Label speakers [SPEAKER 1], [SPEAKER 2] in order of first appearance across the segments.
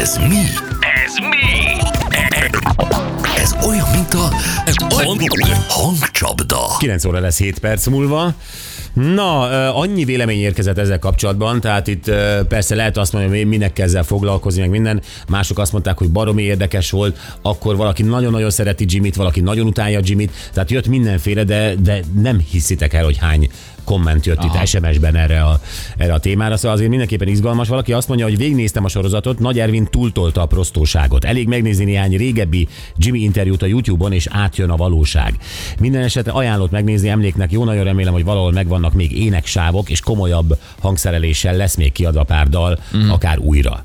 [SPEAKER 1] Ez mi?
[SPEAKER 2] Ez mi?
[SPEAKER 1] Ez olyan, mint a hangcsapda.
[SPEAKER 3] 9 óra lesz 7 perc múlva. Na, ö, annyi vélemény érkezett ezzel kapcsolatban, tehát itt ö, persze lehet azt mondani, hogy minek kell ezzel foglalkozni, meg minden. Mások azt mondták, hogy baromi érdekes volt, akkor valaki nagyon-nagyon szereti Jimmy-t, valaki nagyon utálja Jimmy-t, tehát jött mindenféle, de, de nem hiszitek el, hogy hány komment jött Aha. itt SMS-ben erre a, erre a témára, szóval azért mindenképpen izgalmas. Valaki azt mondja, hogy végignéztem a sorozatot, Nagy Ervin túltolta a prostóságot. Elég megnézni néhány régebbi Jimmy interjút a YouTube-on, és átjön a valóság. Minden esetre ajánlott megnézni emléknek, jó nagyon remélem, hogy valahol megvannak még éneksávok, és komolyabb hangszereléssel lesz még kiadva pár dal, mm. akár újra.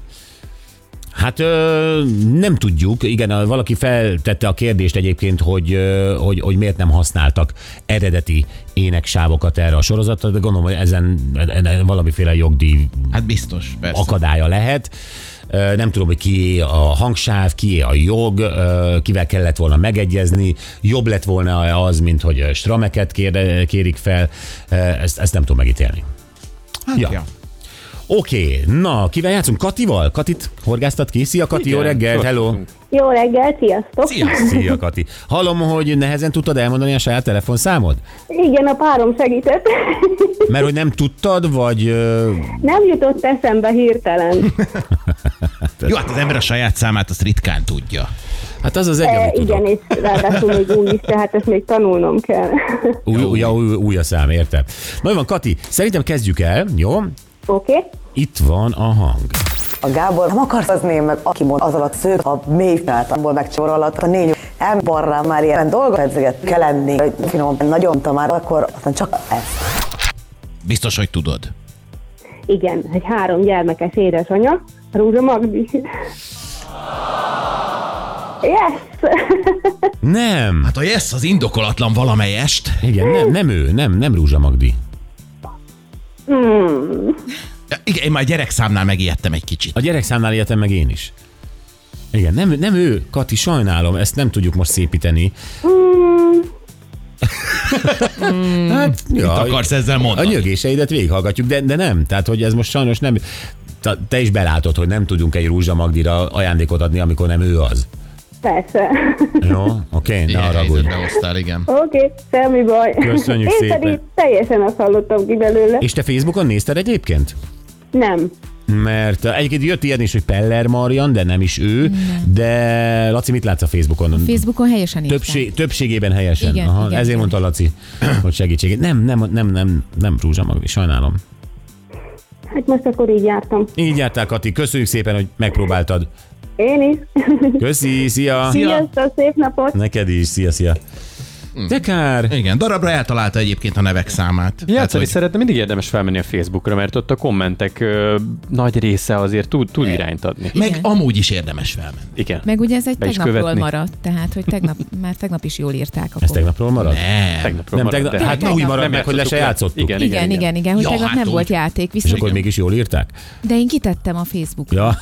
[SPEAKER 3] Hát ö, nem tudjuk, igen, a- valaki feltette a kérdést egyébként, hogy, ö, hogy, hogy miért nem használtak eredeti éneksávokat erre a sorozatra, de gondolom, hogy ezen, ezen valamiféle jogdíj
[SPEAKER 4] Hát biztos, persze.
[SPEAKER 3] akadálya lehet. Ö, Nem tudom, hogy kié a hangsáv, kié a jog, ö, kivel kellett volna megegyezni, jobb lett volna az, mint hogy ö, strameket kér, kérik fel, Ö, ezt, ezt nem tudom megítélni.
[SPEAKER 4] Hát,
[SPEAKER 3] Ja. Oké, na, kivel játszunk? Katival? Katit horgáztat ki? Szia Kati, jó reggelt, hello!
[SPEAKER 5] Jó reggel, sziasztok!
[SPEAKER 4] Szia!
[SPEAKER 3] Szia Kati! Hallom, hogy nehezen tudtad elmondani a saját telefonszámod?
[SPEAKER 5] Igen, a párom segített.
[SPEAKER 3] Mert hogy nem tudtad, vagy... ö,
[SPEAKER 5] Nem jutott eszembe hirtelen.
[SPEAKER 4] Jó, hát az ember a saját számát azt ritkán tudja.
[SPEAKER 3] Hát az az egy,
[SPEAKER 5] E,
[SPEAKER 3] amit
[SPEAKER 5] igen,
[SPEAKER 3] tudok.
[SPEAKER 5] és ráadásul még új is, tehát ezt még tanulnom kell.
[SPEAKER 3] Új, új, új, új a szám, értem. Na jó van, Kati, szerintem kezdjük el, jó?
[SPEAKER 5] Oké? Okay?
[SPEAKER 3] Itt van a hang.
[SPEAKER 6] A Gábor nem akart az én meg, aki mond az alatt szők, a mély felt, abból meg csor alatt, a négy embarrá már ilyen dolgot edzeget kell lenni, hogy finom, nagyon tamár, akkor aztán csak ez.
[SPEAKER 4] Biztos, hogy tudod.
[SPEAKER 5] Igen, egy három gyermekes édesanyja, Rúzsa Magdi. Yes!
[SPEAKER 3] Nem,
[SPEAKER 4] Hát a yes az indokolatlan valamelyest.
[SPEAKER 3] igen, nem, nem ő, nem, nem Rúzsa Magdi.
[SPEAKER 5] Hmm.
[SPEAKER 4] Ja, Igen, én már a gyerekszámnál megijedtem egy kicsit.
[SPEAKER 3] A gyerekszámnál éltem meg én is. Igen, nem, nem ő, Kati, sajnálom, ezt nem tudjuk most szépíteni. hát, ja,
[SPEAKER 4] Hmm. Mit akarsz ezzel
[SPEAKER 3] a
[SPEAKER 4] mondani?
[SPEAKER 3] nyögéseidet végighallgatjuk, de, de nem, tehát hogy ez most sajnos nem... Ta- Te is belátod, hogy nem tudunk egy Rúzsa Magdira ajándékot adni, amikor nem ő az.
[SPEAKER 5] Persze.
[SPEAKER 3] Jó? Oké, okay, ne
[SPEAKER 4] Ilyen
[SPEAKER 3] haragudj.
[SPEAKER 4] helyzetbe hoztál, igen.
[SPEAKER 5] Oké, okay, semmi baj.
[SPEAKER 3] Köszönjük
[SPEAKER 5] Én
[SPEAKER 3] szépen.
[SPEAKER 5] pedig teljesen azt hallottam ki belőle.
[SPEAKER 3] És te Facebookon nézted egyébként?
[SPEAKER 5] Nem.
[SPEAKER 3] Mert uh, egyébként jött ilyen is, hogy Peller Marian, de nem is ő. Nem. De Laci, mit látsz a Facebookon?
[SPEAKER 7] Facebookon helyesen írták.
[SPEAKER 3] Többség, többségében helyesen.
[SPEAKER 7] Igen,
[SPEAKER 3] Aha,
[SPEAKER 7] igen,
[SPEAKER 3] ezért
[SPEAKER 7] igen.
[SPEAKER 3] mondta Laci, hogy segítségét. Nem, nem, nem, nem, nem Rúzsa Magdi, sajnálom.
[SPEAKER 5] Hát most akkor így jártam.
[SPEAKER 3] Így jártál, Kati, köszönjük szépen, hogy megpróbáltad.
[SPEAKER 5] Én is.
[SPEAKER 3] Köszi, szia!
[SPEAKER 4] Szia.
[SPEAKER 5] Sziasztok, szép napot!
[SPEAKER 3] Neked is, szia, szia.
[SPEAKER 8] Hmm.
[SPEAKER 3] De kár!
[SPEAKER 4] Igen, darabra eltalálta egyébként a nevek számát. Tehát,
[SPEAKER 8] Játszani
[SPEAKER 4] Hát, hogy
[SPEAKER 8] szeretne, mindig érdemes felmenni a Facebookra, mert ott a kommentek ö, nagy része azért tud, tud irányt adni.
[SPEAKER 4] meg
[SPEAKER 7] Igen.
[SPEAKER 4] amúgy is érdemes felmenni.
[SPEAKER 8] Igen.
[SPEAKER 7] Meg ugye ez egy
[SPEAKER 8] Be is
[SPEAKER 7] tegnapról
[SPEAKER 8] követni.
[SPEAKER 7] maradt, tehát hogy tegnap, már tegnap is jól írták. Akkor.
[SPEAKER 3] Ez tegnapról maradt?
[SPEAKER 4] Nem.
[SPEAKER 8] Tegnapról
[SPEAKER 3] Nem,
[SPEAKER 8] maradt,
[SPEAKER 3] tegnap,
[SPEAKER 8] de-
[SPEAKER 3] hát na
[SPEAKER 7] tegnap
[SPEAKER 3] úgy maradt
[SPEAKER 8] nem
[SPEAKER 3] meg, hogy le se játszottuk.
[SPEAKER 8] játszottuk le.
[SPEAKER 3] Igen.
[SPEAKER 7] Igen, igen, igen, igen, hogy
[SPEAKER 4] Ja,
[SPEAKER 7] tegnap
[SPEAKER 4] hát
[SPEAKER 7] nem
[SPEAKER 4] úgy.
[SPEAKER 7] volt játék,
[SPEAKER 3] És
[SPEAKER 7] viszont,
[SPEAKER 3] akkor mégis jól írták?
[SPEAKER 7] de én kitettem a Facebookra.
[SPEAKER 3] Ja.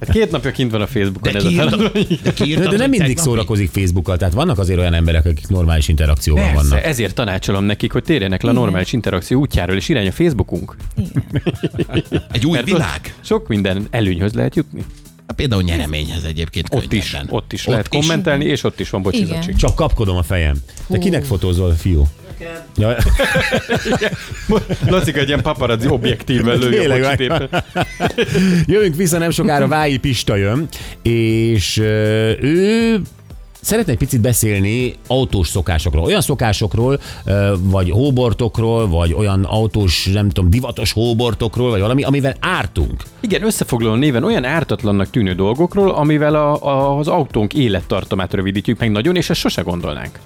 [SPEAKER 8] Hát két napja kint van a Facebookon
[SPEAKER 4] De
[SPEAKER 8] ez a
[SPEAKER 4] kiírtad,
[SPEAKER 8] feladat.
[SPEAKER 4] de, kiírtad,
[SPEAKER 3] De, de nem
[SPEAKER 4] hogy
[SPEAKER 3] mindig
[SPEAKER 4] tegnapi?
[SPEAKER 3] szórakozik Facebookkal, tehát vannak azért olyan emberek, akik normális interakcióban
[SPEAKER 8] Persze,
[SPEAKER 3] vannak.
[SPEAKER 8] ezért tanácsolom nekik, hogy térjenek le a
[SPEAKER 7] Igen.
[SPEAKER 8] normális interakció útjáról, és irány a Facebookunk.
[SPEAKER 7] Igen.
[SPEAKER 4] Egy új
[SPEAKER 8] Mert ott
[SPEAKER 4] világ.
[SPEAKER 8] Sok minden előnyhöz lehet jutni.
[SPEAKER 4] Hát Például nyereményhez egyébként
[SPEAKER 8] Ott is,
[SPEAKER 4] könnyebben.
[SPEAKER 8] ott is ott lehet is. kommentelni, és ott is van bocsizacsi.
[SPEAKER 7] Igen.
[SPEAKER 3] Csak kapkodom a fejem. Te kinek fotózol, fiú? Ja,
[SPEAKER 8] Lacik egy ilyen paparazzi objektívvel lője
[SPEAKER 3] Tényleg,
[SPEAKER 8] a bocsit
[SPEAKER 3] vágj.
[SPEAKER 8] éppen.
[SPEAKER 3] jövünk vissza, nem sokára Vályi Pista jön, és ö, ő Szeretne egy picit beszélni autós szokásokról, olyan szokásokról, ö, vagy hóbortokról, vagy olyan autós, nem tudom, divatos hóbortokról, vagy valami, amivel ártunk.
[SPEAKER 8] Igen, összefoglaló néven olyan ártatlannak tűnő dolgokról, amivel a, a, az autónk élettartamát rövidítjük meg nagyon, és ezt sose gondolnánk.